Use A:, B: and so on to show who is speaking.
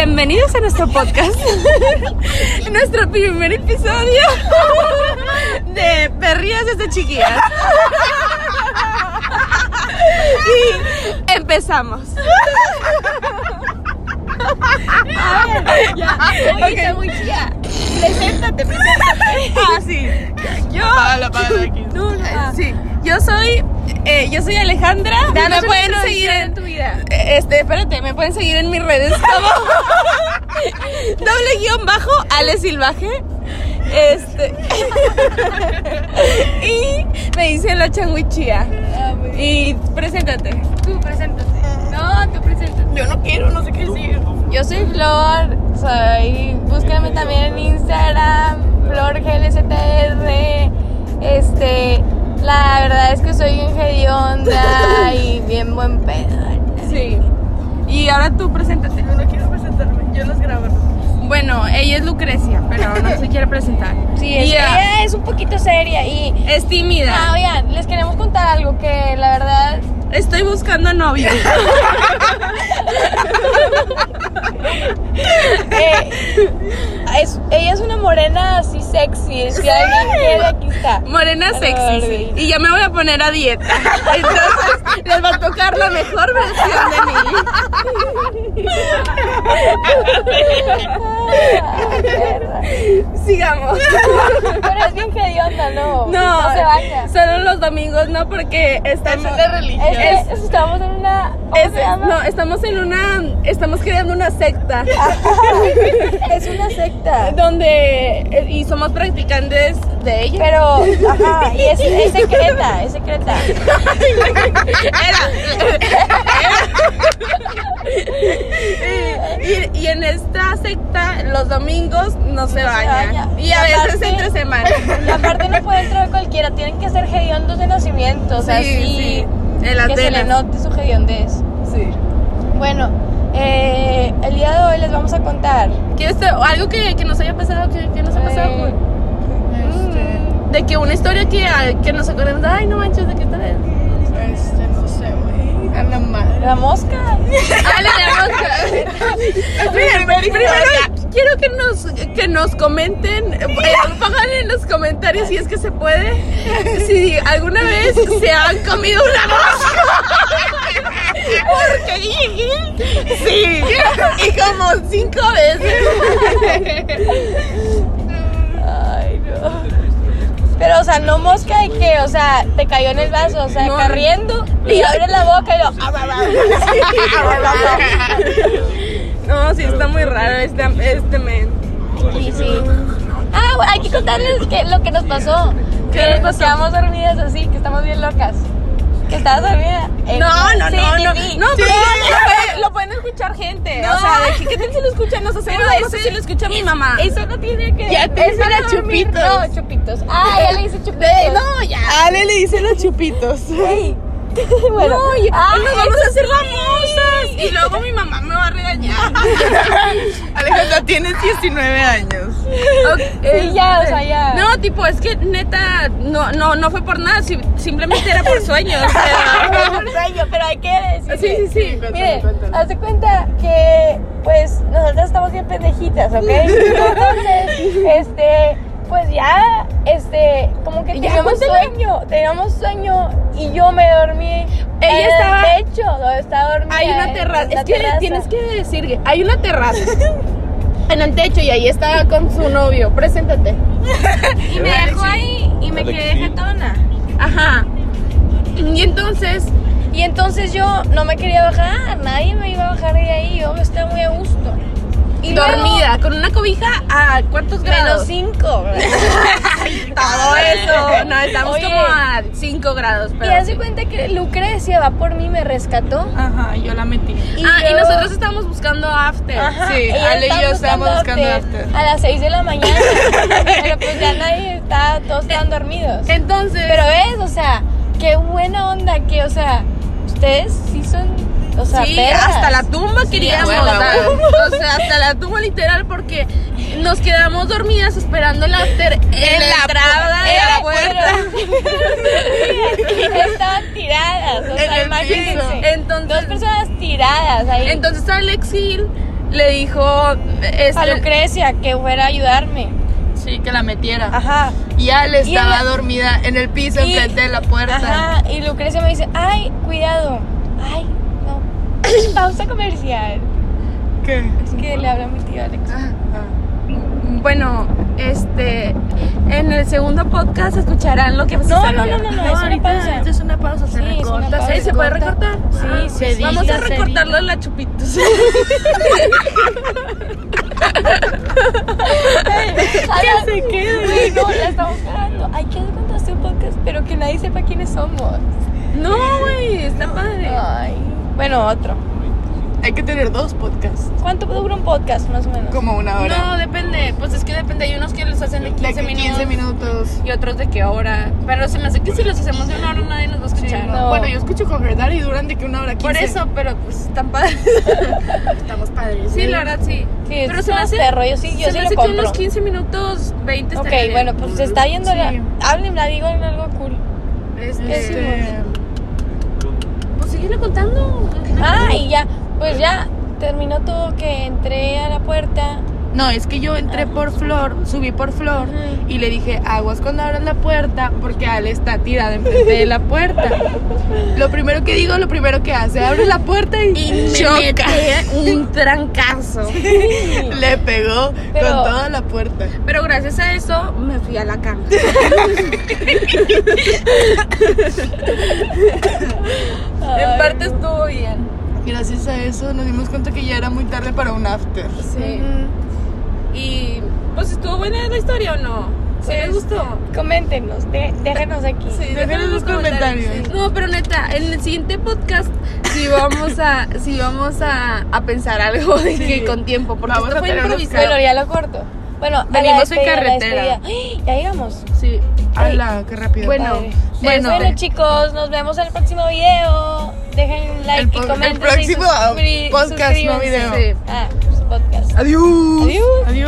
A: bienvenidos a nuestro podcast, nuestro primer episodio de Perrías desde chiquillas. Y empezamos.
B: Ya, oye,
A: Ok.
B: está muy chida. Preséntate, preséntate.
A: Ah, sí. Yo.
C: Págalo, págalo aquí.
A: Tú, ah, sí. Yo soy, eh, yo soy Alejandra.
B: Danos
A: Me
B: una
A: pueden
B: introducción
A: seguir en
B: de tu vida.
A: Este, espérate, me pueden seguir en mis redes como doble guión bajo Ale Silvaje. Este. y me dicen la changuichía. Y preséntate.
B: Tú, preséntate. No, tú preséntate.
C: Yo no quiero, no sé qué decir.
A: Yo soy Flor, soy. Búscame también en Instagram, Flor GLSTR. Este. La verdad es que soy bien hedionda y bien buen pedo. Sí. Y ahora tú preséntate.
C: Yo no quiero presentarme, yo las grabo.
A: Bueno, ella es Lucrecia, pero no se quiere presentar.
B: Sí, es,
A: Y, ah,
B: ella es un poquito seria y.
A: es
B: Ah,
A: tímida.
B: oigan, les queremos contar algo que la verdad.
A: Estoy buscando novio.
B: eh, es- ella es una morena así sexy. Si alguien quiere, aquí está.
A: Morena sexy. sí. Y ya me voy a poner a dieta. Entonces, les va a tocar la mejor versión de mí.
B: Ah, mierda.
A: Sigamos.
B: Pero es bien hedionda, ¿no?
A: No,
B: No se baña.
A: solo los domingos, no, porque estamos.
C: es de religión.
B: Es que
A: Es-
B: estamos en una. ¿cómo
A: es-
B: se llama?
A: no, estamos en una. Estamos creando una secta.
B: Ah. Es una secta.
A: donde. eh, Y somos practicantes de ella.
B: Pero, ajá, y es, es secreta, es secreta.
A: Y, y en esta secta los domingos no se
B: se
A: baña.
B: baña.
A: Y a
B: Y
A: veces
B: aparte-
A: entre semana.
B: Y aparte no puede entrar cualquiera, tienen que ser hediondos de nacimiento, o sea, sí,
A: En las
B: que se le
A: venas.
B: note su hediondez.
A: Sí.
B: Bueno, eh, el día de hoy les vamos a contar.
A: Que este- algo que, que nos haya pasado, que, que nos ha pasado.
B: Eh,
C: Este,
A: güey. De que una historia que, a- que nos acordamos, ay, no manches, ¿de qué tal es?
C: este, no sé, güey. A la madre.
B: La mosca.
A: Ah, la de la mosca. Miren, primero quiero que nos, que nos comenten, eh, pongan en los comentarios si es que se puede, si alguna vez se han comido una mosca. Porque sí, y como cinco veces.
B: Ay, no. Pero, o sea, no mosca de que, o sea, te cayó en el vaso, o sea,
A: No.
B: corriendo y abres la boca y lo.
A: Ah, No, sí, está muy raro este, este men.
B: Y sí. Ah, bueno, hay que contarles que, lo que nos pasó.
A: ¿Qué
B: que
A: nos
B: nos quedamos dormidas así, que estamos bien locas. Que estabas dormida. Eh,
A: No, no,
B: sí,
A: no,
B: sí,
A: no.
B: sí.
A: No,
B: Sí.
A: pero lo pueden- lo pueden escuchar gente. O sea, de que, ¿qué tal si lo escuchan? Nos hacemos
B: Pero
A: no sé
B: ese-
A: si lo escucha mi mamá.
B: Eso no tiene que
A: Ya te
B: eso
A: dije
B: de dormir,
A: chupitos.
B: No, chupitos. Ah, ya le hice chupitos.
A: no, ya.
C: Ale le dice los chupitos.
B: Ey. bueno.
A: No, y-
B: Ah,
A: y nos vamos a hacer famosas. Y luego mi mamá me va a regañar.
C: Alejandra, tienes 19 años.
B: Sí, ya, o sea, ya.
A: No, tipo, es que neta, no, no, no fue por nada, si- simplemente era por sueños.
B: es un sueño, pero hay que decir.
A: Sí, sí, sí.
B: Mire,
C: cuéntalo.
B: haz de cuenta que, pues, nosotras estamos bien pendejitas, ¿ok? Entonces, este, pues ya, este, como que
A: Ya,
B: teníamos
A: cuéntalo.
B: sueño, teníamos sueño y yo me dormí.
A: Ella
B: en
A: estaba-
B: el techo, donde estaba dormida.
A: Hay una
B: en
A: terraza,
B: la
A: es que
B: terraza.
A: tienes que decir, que hay una terraza en el techo y ahí está con su novio. Preséntate.
B: Y me dejó ahí y me quedé jetona.
A: Ajá. Y entonces,
B: Y entonces yo no me quería bajar, nadie me iba a bajar de ahí, yo estaba muy a gusto. Y luego,
A: dormida, con una cobija a cuántos
B: Menos
A: grados?
B: cinco.
A: Todo eso. No, estamos
B: Oye.
A: como a 5 grados.
B: Y
A: Pero...
B: hace cuenta que Lucrecia va por mí, me rescató.
C: Ajá, yo la metí.
A: ah, y
B: yo-
A: nosotros estábamos buscando after.
B: Ajá,
C: Sí,
B: ella
C: Ale y
B: estaba
C: yo estábamos buscando after.
B: A las 6 de la mañana. pero pues ya nadie está, todos estaban dormidos.
A: Entonces,
B: Pero ves, o sea, qué buena onda que, o sea, ustedes sí son, o sea,
A: sí,
B: perras.
A: hasta la tumba queríamos.
C: bueno,
A: o sea,
C: bueno.
A: O sea, hasta la tumba literal porque nos quedamos dormidas esperando el after en, la entrada de
B: Era,
A: la puerta.
B: pero- Estaban tiradas, o
A: En
B: sea,
A: el piso.
B: imagínense.
A: Entonces-
B: Dos personas tiradas ahí.
A: Entonces Alexil le dijo este,
B: A Lucrecia que fuera a ayudarme.
C: Sí, que la metiera.
A: Ajá.
C: Y Ale
B: Y
C: estaba
B: Ale-
C: dormida en el piso
B: Y-
C: enfrente de la puerta.
B: Ajá, y Lucrecia me dice, ay, cuidado. Ay, no. Pausa comercial.
C: ¿Qué?
B: Es que le habla a mi tío Alex.
C: Ah,
A: Bueno, este, en el segundo podcast escucharán lo que
B: No, no, no, no, no, es una pausa.
A: es una pausa, se
B: Sí, es una
A: recorta.
B: pausa.
A: ¿Sí? ¿eh? ¿Se puede recortar?
B: Sí,
A: Ah,
B: se edita,
A: Vamos a
B: se
A: recortarlo en la chupitos.
B: Que se quede. No, la estamos cagando. Hay que contaste un este podcast, pero que nadie sepa quiénes somos.
A: No, güey, está padre.
B: Ay. Bueno, otro.
C: Hay que tener dos podcasts.
B: ¿Cuánto dura un podcast, más o menos?
C: Como una hora.
A: No, depende. Pues es que depende. Hay unos que los hacen de 15
C: de que 15 minutos.
A: y otros de qué hora. Pero se me hace que si los hacemos de una hora nadie nos va a escuchar.
B: no.
C: Bueno, yo escucho con Herdar y duran de que una hora 15.
A: Por eso, pero pues están padres.
C: estamos padres.
A: Sí, la verdad sí.
B: Sí,
A: pero
B: es
A: se me
B: un
A: hace.
B: perro, yo sí- yo
A: se me
B: sí lo
A: hace que
B: compro.
A: unos 15 minutos, 20
B: Ok,
A: estaría bien.
B: bueno, pues se está yendo
C: Sí.
B: la... Háblenla, digo en algo cool.
C: Este,
A: Pues síguelo contando.
B: Ah, y ya, pues ya terminó todo que entré a la puerta.
C: No, es que yo entré por Flor, subí por Flor
B: Ajá.
C: y le dije, aguas cuando abras la puerta, porque Ale está tirada enfrente de la puerta. Lo primero que digo, lo primero que hace, abre la puerta y,
A: Y me
C: choca.
A: metí un trancazo.
C: Le pegó
B: Pero-
C: con toda la puerta.
A: Pero gracias a eso me fui a la cama. en
B: Ay,
A: parte
B: no.
A: estuvo bien.
C: Gracias a eso nos dimos cuenta que ya era muy tarde para un after.
A: Sí. Y pues estuvo buena la historia o no? Sí, les gustó.
B: Coméntenos, de- déjenos aquí.
A: Sí,
C: Dejen en los comentarios.
A: No, pero neta, en el siguiente podcast sí vamos a, sí vamos a, a pensar algo de que con tiempo, porque
C: Vamos
A: esto
C: a
A: fue
C: tener unos
B: Pero
A: improvisado.
B: ya lo corto. Bueno, a la
A: Venimos en
B: despedida, a la
A: carretera.
B: despedida. ¡Ay! Ya llegamos.
A: Sí.
C: ¡Hala! ¡Qué rápido!
A: Bueno,
B: Padre.
A: bueno.
B: Bueno, chicos, nos vemos en el próximo video. Dejen like
C: El po-
B: y
C: el
B: comenten. y
C: próximo
B: suscri-
C: podcast, no
B: suscríbanse.
C: video.
A: Sí.
B: Ah, pues, podcast.
C: Adiós.
B: Adiós.
C: Adiós.